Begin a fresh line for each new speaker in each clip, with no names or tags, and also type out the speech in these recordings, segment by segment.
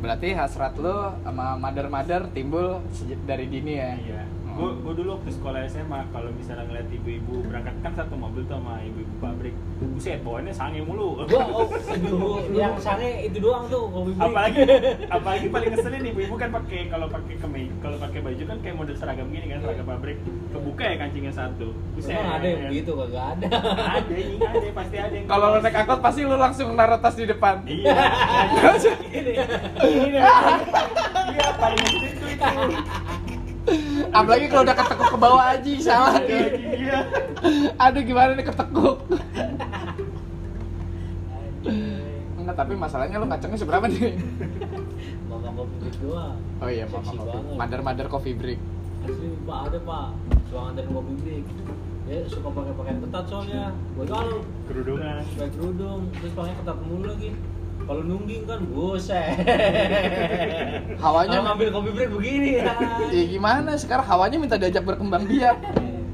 berarti hasrat lo sama mother-mother timbul sejak dari dini ya
Iya.
Hmm.
Gue gue dulu waktu sekolah SMA kalau misalnya ngeliat ibu-ibu berangkat kan satu mobil tuh sama ibu-ibu pabrik. Buset, bawaannya sange mulu.
Gua oh, aduh, yang sange itu doang tuh hobi gue.
apalagi apalagi paling ngeselin ibu-ibu kan pakai kalau pakai kemeja kalau pakai baju kan kayak model seragam gini kan seragam pabrik kebuka ya kancingnya satu
Emang ada yang begitu kagak ada.
ada ini ada pasti ada yang
kalau lo naik angkot pasti lo langsung naruh tas di depan
iya
Ini.
ini iya paling ngeselin tuh itu
apalagi kalau udah ketekuk ke bawah aja salah
Ada
nih
lagi, iya
aduh gimana nih ketekuk enggak tapi masalahnya lo kacangnya seberapa nih
Mama kopi duit doang.
oh iya mama
Seksi
kopi
banget.
mother mother coffee break
Asli Pak ada Pak. Suka nganterin kopi break. Dia suka pakai pakaian ketat soalnya. Gua tahu
kerudungan
pakai kerudung terus pakai ketat mulu lagi. Kalau nungging kan buset.
Hawanya-
Kalau ngambil kopi break begini ya.
ya gimana sekarang hawanya minta diajak berkembang biak
Eh,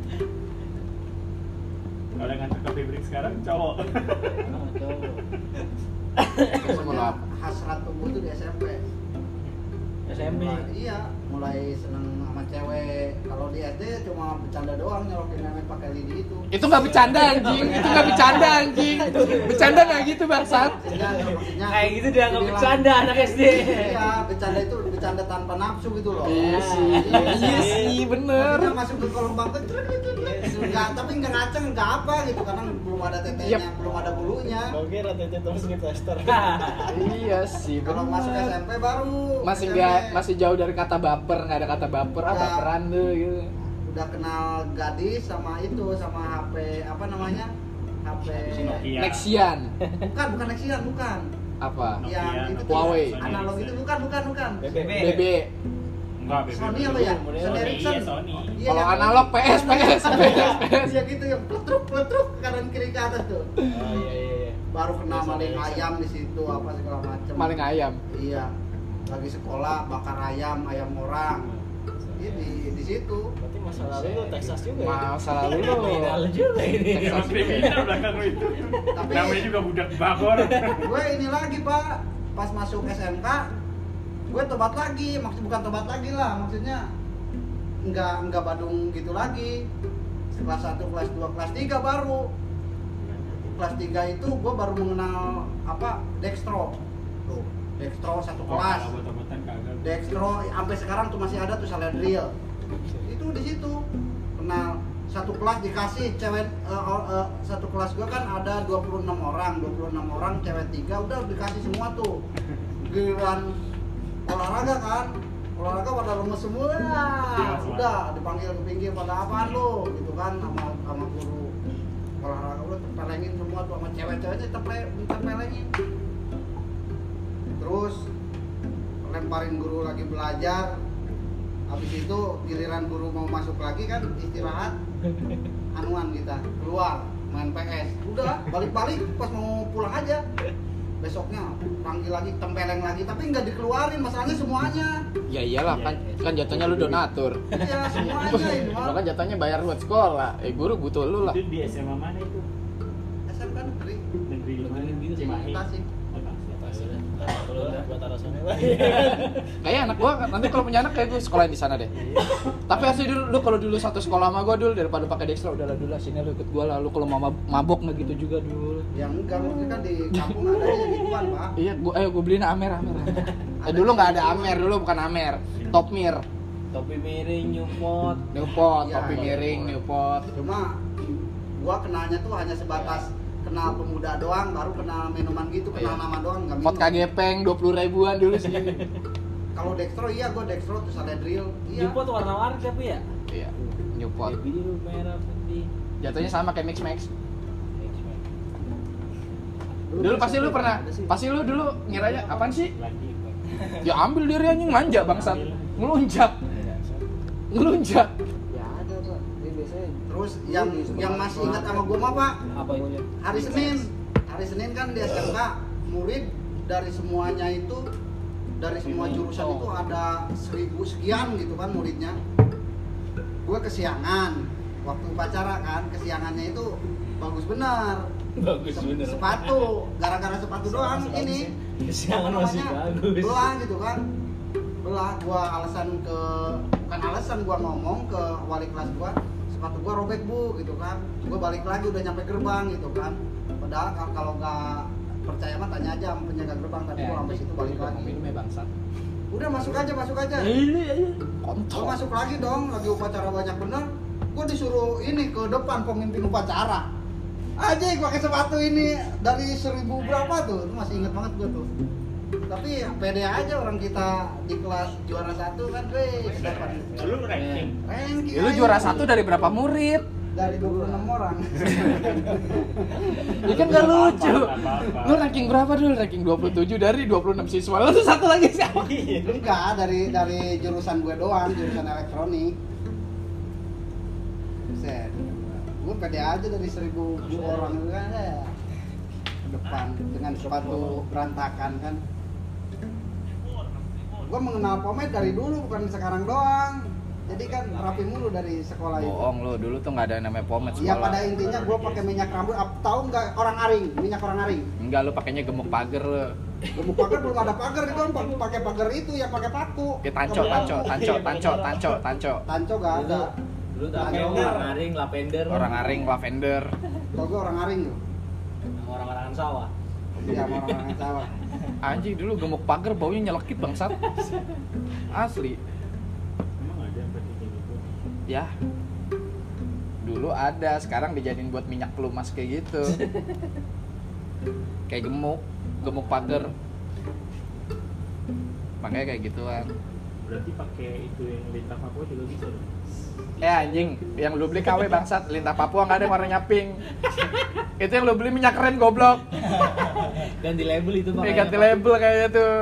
kalau yang nganter ke pabrik sekarang cowok
Ah, cowok.
Terus mau lo apa?
hasrat tumbuh tuh di SMP
SMP.
Mulai- iya mulai seneng sama cewek kalau di SD cuma bercanda doang nyorokin nenek pakai lidi itu
itu nggak bercanda anjing itu nggak bercanda anjing bercanda nggak gitu bangsat
Enggak, enggak, maksudnya
Kayak gitu dia nggak
dibilang-
bercanda anak SD.
iya bercanda itu bercanda tanpa nafsu gitu loh
iya sih iya sih bener Iya
Kita masuk ke gitu, kolom bangku, truk, truk, truk, truk. Enggak, tapi enggak ngaceng, enggak apa gitu karena belum ada tetenya,
Yep.
belum ada bulunya.
Oke, rata-rata terus di plaster.
iya sih
Kalau
bener.
masuk SMP baru
masih
SMP.
nggak masih jauh dari kata baper nggak ada kata baper ah
Nggak.
baperan lu gitu
udah kenal gadis sama itu sama HP apa namanya? HP
Iya.
Nokia
Nexian
bukan bukan Nexian bukan
apa
yang
Nokia,
itu tuh,
Huawei.
analog itu bukan bukan bukan
BB
enggak BB
Sony apa ya Sony
Sony,
Ericsson
iya, Sony.
Iya,
kalau
yang-
analog PS PS PS
Iya gitu yang pletruk pletruk kanan kiri ke atas tuh
Oh iya iya iya.
baru kenal maling ayam di situ apa segala macam
maling ayam
iya lagi sekolah bakar ayam ayam orang Iya di di situ
Berarti masa lalu lu Texas juga ya?
masa lalu lu
Kriminal juga ini.
Iya, mas kriminal belakang lu itu
Tapi-
namanya juga budak bakor
gue ini lagi pak pas masuk SMK gue tobat lagi maksud bukan tobat lagi lah maksudnya nggak nggak Badung gitu lagi kelas 1, kelas 2, kelas 3 baru kelas 3 itu gue baru mengenal apa dextro tuh dextro satu
Oh,
kelas
kalau buat-buatan kagak
Dextro sampai sekarang tuh masih ada tuh Saladriel. Itu di situ kenal satu kelas dikasih cewek eh, or- eh, satu kelas gua kan ada 26 orang, 26 orang cewek tiga udah dikasih semua tuh. Giliran olahraga kan olahraga pada lemes semua udah dipanggil ke pinggir pada apaan lo gitu kan sama sama guru olahraga udah terpelengin semua tuh sama cewek-ceweknya terpe- terpelengin terus lemparin guru lagi belajar habis itu giliran guru mau masuk lagi kan istirahat anuan kita keluar main PS udah balik-balik pas mau pulang aja besoknya panggil lagi tempeleng lagi tapi nggak dikeluarin masalahnya semuanya
ya iyalah kan kan jatuhnya lu donatur
iya semuanya ini
lu kan jatuhnya bayar buat sekolah eh guru butuh lu lah
itu di SMA mana itu
SMK negeri
negeri di mana
Negeri gitu,
Cimahi
Tasik
Oh,
Tasik.
Tasik.
Tasik dulu lah, buat alasannya lah.
kayak anak gua nanti kalau punya anak kayak gua sekolahin di sana deh tapi asli dulu lu kalau dulu satu sekolah sama gua dulu daripada pakai dextra udah lah dulu lah sini lu ikut gua lah lu kalau mau mab- mabok nggak gitu juga dulu
yang enggak maksudnya kan di kampung ada yang gituan pak
iya gua ayo gua beliin amer amer, amer. Eh, dulu nggak ada amer dulu bukan amer top mir
Topi miring, nyumot.
Newport,
Iya,
topi miring, Newport.
cuma gua kenalnya tuh hanya sebatas kenal pemuda doang baru kenal minuman gitu kenal
Iya.
nama doang nggak minum
Vodka gepeng, 20 ribuan dulu sih.
kalau dextro iya gua dextro terus ada drill iya
Nyumot warna-warni tapi ya.
iya, Newport.
Biru, merah, putih.
Jatuhnya sama kayak Mix Max. Dulu pasti lu pernah, pasti lu dulu ngiranya apaan sih?
Lagi, Pak.
Ya ambil diri anjing manja bangsat. Ngelunjak, ngelunjak.
Ya ada pak, dia biasanya
terus yang yang masih ingat sama gua mah pak
Apa itu?
hari senin hari senin kan di SMK murid dari semuanya itu dari semua jurusan itu ada seribu sekian gitu kan muridnya gue kesiangan waktu upacara kan kesiangannya itu bagus benar
bagus bener
sepatu gara-gara sepatu doang ini
Kesiangan
Apa
masih
namanya?
bagus.
belah gitu kan belah gua alasan ke bukan alasan gua ngomong ke wali kelas gua sepatu gua robek bu gitu kan gua balik lagi udah nyampe gerbang gitu kan padahal kal- kalau nggak percaya mah tanya aja sama penjaga gerbang tadi
Ya,
Ya,
gua sampai situ balik lagi
minum ya bangsa
udah masuk aja masuk aja
Iya,
kontol
gua masuk lagi dong lagi upacara banyak bener gua disuruh ini ke depan pemimpin upacara aja gua pakai sepatu ini dari seribu berapa tuh Itu masih inget banget gua tuh tapi ya, pede aja orang kita di kelas juara satu kan weh ke depan
Lu ranking.
Ranking
Ya, lu
aja.
Ya juara satu dari berapa murid?
dari 26 orang
Ya kan gak lucu.
Apa, apa, apa.
Lu ranking berapa dulu? Ranking 27 dari 26 siswa. Lu tuh satu lagi siapa?
Iya. enggak dari dari jurusan gue doang jurusan elektronik Buset gue pede aja dari seribu orang itu kan eh, ke depan dengan sepatu berantakan kan gue mengenal pomet dari dulu bukan sekarang doang jadi kan rapi mulu dari sekolah itu
Bohong lu, dulu tuh gak ada yang namanya pomet
ya pada
sekolah.
intinya gue pakai minyak rambut ap- tahu nggak orang aring minyak orang aring
Enggak, lu pakainya gemuk pagar lu.
gemuk pagar belum ada pagar di bawah pakai pagar itu yang pakai paku
Kayak tanco, tanco, tanco, tanco, tanco, tanco.
tanco gak
Dulu,
ada
dulu tak
Lavender.
orang aring, lavender.
Orang aring, lavender.
Kalau gue orang aring loh.
Orang-orang sawah.
Iya, sama orang aring sawah.
Anjing dulu gemuk pagar baunya nyelekit bangsat. Asli.
Emang ada yang kayak gitu?
Ya. Dulu ada, sekarang dijadiin buat minyak pelumas kayak gitu. Kayak gemuk, gemuk pagar. Makanya kayak gituan.
Berarti pakai itu yang lintah Papua juga bisa dong.
Eh anjing, yang lu beli KW bangsat, lintah Papua nggak ada yang warnanya pink. itu yang lu beli minyak keren goblok.
Ganti label itu
Ini Iya,
Iya,
ganti label kayaknya tuh.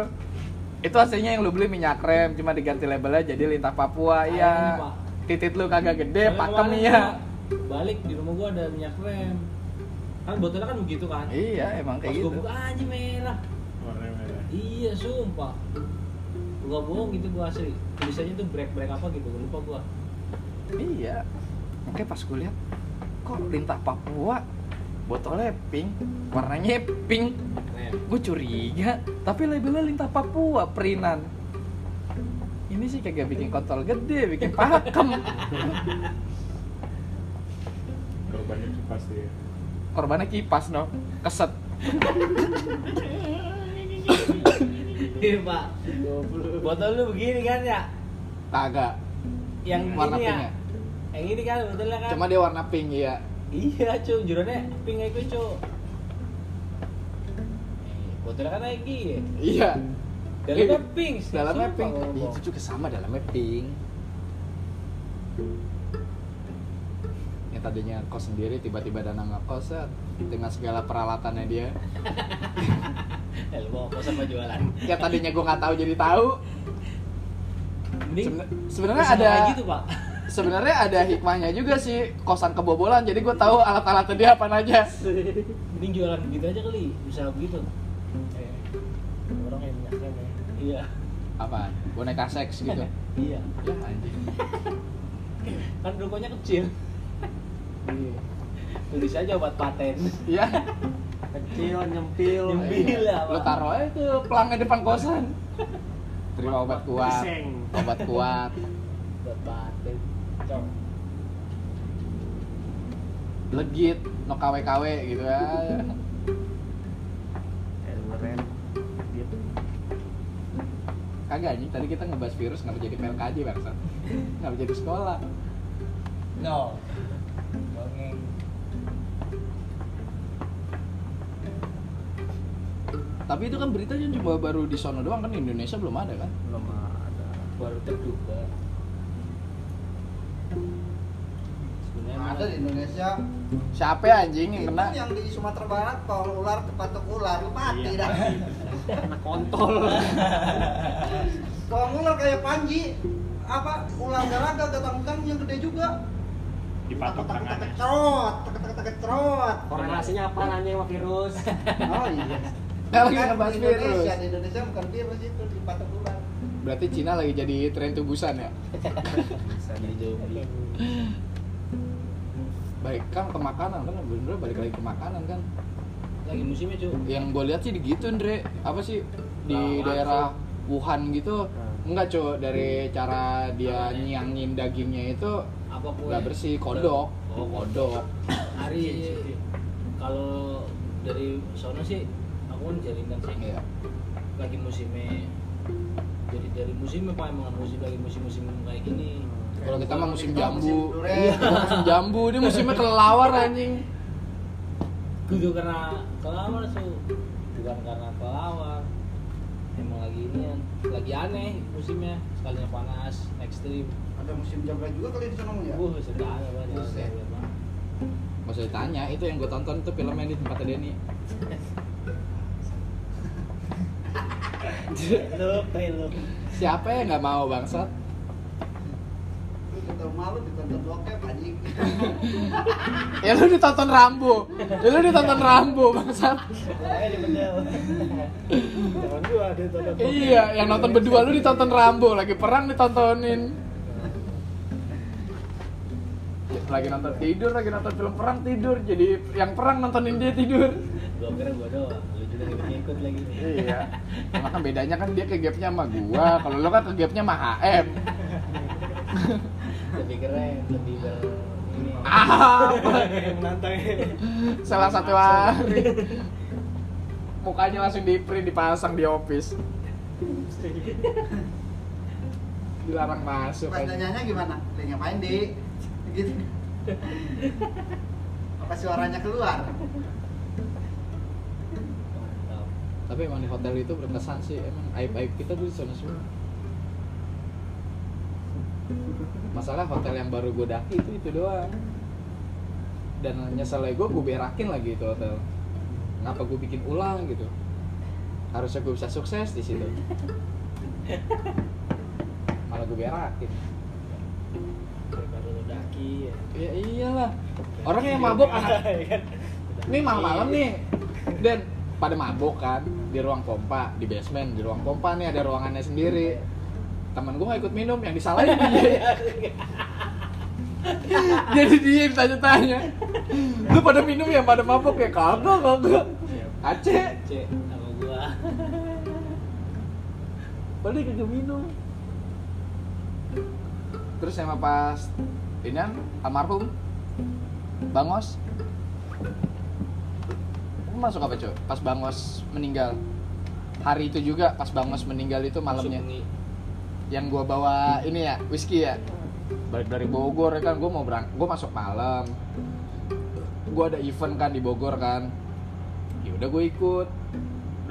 Itu aslinya yang lu beli minyak rem, cuma diganti labelnya jadi lintah Papua, iya.
Pak.
Titit lu kagak gede,
Soalnya
pakem
kemarin
iya.
gua Balik di rumah gua ada minyak rem. Kan botolnya kan begitu kan.
Iya, emang
Pas
kayak
gua
gitu.
buka anjing merah.
Warna merah.
Iya, sumpah. Gua nggak bohong gitu gua asli. Tulisannya tuh break-break apa gitu, gua lupa gua.
Iya. Makanya pas gue lihat, kok lintah Papua botolnya pink, warnanya pink.
Keren.
Gue curiga, tapi labelnya lintah Papua, perinan. Ini sih kagak bikin kontol gede, bikin pakem.
Korbannya kipas dia.
Korbannya kipas, no. Keset.
Iya, Pak. Botol lu begini kan ya?
Kagak.
Yang
Warna
ini ya.
pink ya?
Yang ini kan botolnya kan.
Cuma dia warna pink, ya.
Iya, cuy, jurannya pink aja cu. Botolnya kan lagi. ya.
Iya.
Dalamnya pink. sih,
dalamnya
sumpah
pink
gua
Iya,
bohong.
itu juga sama dalamnya pink yang tadinya kos sendiri tiba-tiba dana nggak kos set. dengan segala peralatannya dia
Eh, lu bawa kos apa jualan?
yang Ya, tadinya gue nggak tahu jadi tahu
Mending
Seben- sebenarnya
usaha
ada
gitu, Pak.
sebenarnya ada hikmahnya juga sih kosan kebobolan jadi gue tahu alat-alatnya dia apa aja
Mending jualan begitu aja kali, usaha begitu.
Eh.
Orang yang minyak rem ya.
Iya.
apa boneka seks gitu
Iya.
ya anjing
Kan rokoknya kecil.
Iya.
Tulis aja obat paten.
ya
Kecil, nyempil.
Nyempil
Iya.
lah,
lu
Pak.
taruh aja tuh pelangnya depan kosan terima obat kuat
Piseng.
obat kuat
Obat paten. Cok.
legit no KW KW gitu ya
Eh, keren. Dia tuh
kagak anjing tadi kita ngebahas virus nggak jadi PLKJ bangsa nggak jadi sekolah
No. Dongeng.
tapi itu kan beritanya cuma baru di sono doang kan di Indonesia belum ada kan
Belum ada.
Baru terduga. Sebenarnya
Nah, ada di Indonesia.
siapa ya anjing yang
Itu
kena
yang di Sumatera Barat kalau ular kepatok ular lu mati
Iya.
dah.
anak kontol.
Kalau ular kayak Panji apa ular garaga datang-datang yang gede juga.
dipatok tangannya.
Cerot, teketek cerot.
Korelasinya apa nanya sama virus?
Oh iya.
Nah, lagi
Kan
ngebahas
di Indonesia,
virus.
di Indonesia bukan virus itu di patok ular.
berarti Cina lagi jadi tren tubusan ya
Bisa jadi zombie.
baik kan ke makanan kan bener balik lagi ke makanan kan
lagi musimnya cuy
yang gue lihat sih di gitu Andre apa sih di
Lawan
daerah Wuhan gitu
Hmm.
enggak cuy dari cara dia nyiangin dagingnya itu
apa kue
nggak bersih kodok
oh kodok
kodok
hari kalau dari sana sih aku kan jaringan sih
iya
lagi musimnya jadi dari musimnya pak emang musim lagi musim-musim kayak gini
kalau kita mah musim
Kalau
jambu
musim durian.
iya musim jambu ini musimnya kelelawar anjing
Gitu karena kelawar su bukan karena kelawar emang lagi ini kan, lagi aneh musimnya sekalinya panas ekstrim
Ada musim jamret juga kali di sana Mu,
Iya.
ya?
Wuh, sedang ya, Pak.
Buset.
Gak usah ditanya, itu yang gue tonton tuh filmnya di tempatnya Denny
gitu.
Lu, lu.
Siapa yang gak mau bangsat?
Lu Kita malu ditonton bokep anjing.
Ya lu ditonton Rambo Ya lu ditonton Rambo bangsat
Makanya di bedel. Temen gua dia tonton Iya. bokep.
Iya, yang nonton berdua lu ditonton Rambo Lagi perang ditontonin Lagi nonton tidur, lagi nonton film perang tidur Jadi yang perang nontonin dia tidur
gua kira gua doang lu juga ikut ikut lagi
Iya Cuma kan bedanya kan dia ke gapnya sama gua Kalau lu kan ke gapnya sama HM
lebih keren lebih ber ini
Apa?
Yang nantangin.
Salah satu hari Mukanya langsung di print dipasang di office Dilarang masuk kan. aja
Pas nanyanya gimana? Dia ngapain di? Gitu. Apa suaranya keluar?
mantap
Tapi emang di hotel itu berkesan sih Emang aib-aib kita tuh di sana semua Masalah hotel yang baru gue daki itu itu doang Dan nyeselnya gue, gue berakin lagi itu hotel Kenapa gue bikin ulang gitu Harusnya gue bisa sukses di situ Malah gue berakin
baru daki ya.
Ya iyalah. Orang yang mabok ah. anak.
Iya,
Ini malam-malam nih. Dan pada mabok kan di ruang pompa, di basement, di ruang pompa nih ada ruangannya sendiri. Temen gua gak ikut minum, yang disalahin dia. Jadi dia yang tanya-tanya. Lu pada minum ya, pada mabok ya? Kagak, kagak. Aceh,
cek sama gua
padahal dia kagak minum. Terus sama pas ini almarhum Bangos Lu masuk apa cuy? Pas Bangos meninggal Hari itu juga pas Bangos meninggal itu malamnya
Langsung ngi-
Yang gua bawa ini ya, whisky ya Balik dari Bogor ya kan, gua mau berang gua masuk malam Gua ada event kan di Bogor kan ya udah gue ikut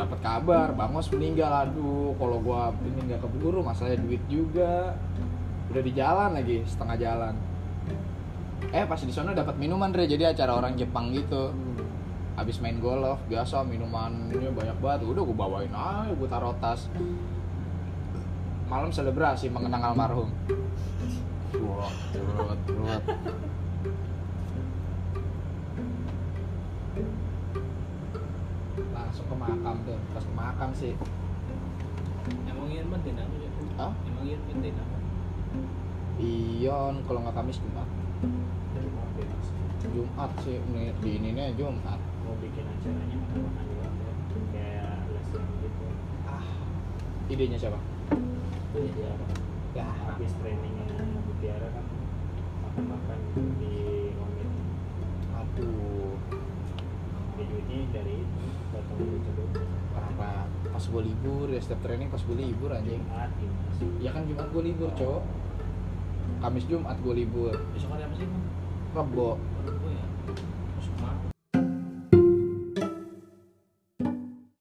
dapat kabar Bangos meninggal aduh kalau gua ini nggak keburu masalahnya duit juga udah di jalan lagi setengah jalan eh pas di sana dapat minuman Dre jadi acara orang Jepang gitu habis main golf biasa minumannya banyak banget udah gue bawain aja gue taruh tas malam selebrasi mengenang almarhum Wah, curut, curut. langsung ke makam tuh pas ke makam sih
emang iya penting apa ya
Hah?
emang iya penting apa
Ion Iya, kalau nggak Kamis Jumat Jumat sih ini- di ininya Jumat
mau bikin acaranya makanan doang ya kayak lesson gitu
idenya siapa
Mutiara
ya
habis trainingnya Mutiara kan makan-makan di Omid
aduh
videonya dari itu datang dari Cebu
parah pas gue libur ya setiap training pas gue libur anjing
Jumat Dimas
ya kan Jumat gue libur cowok Kamis Jumat gue libur
besok hari apa sih Bang?
Rebo
baru gua ya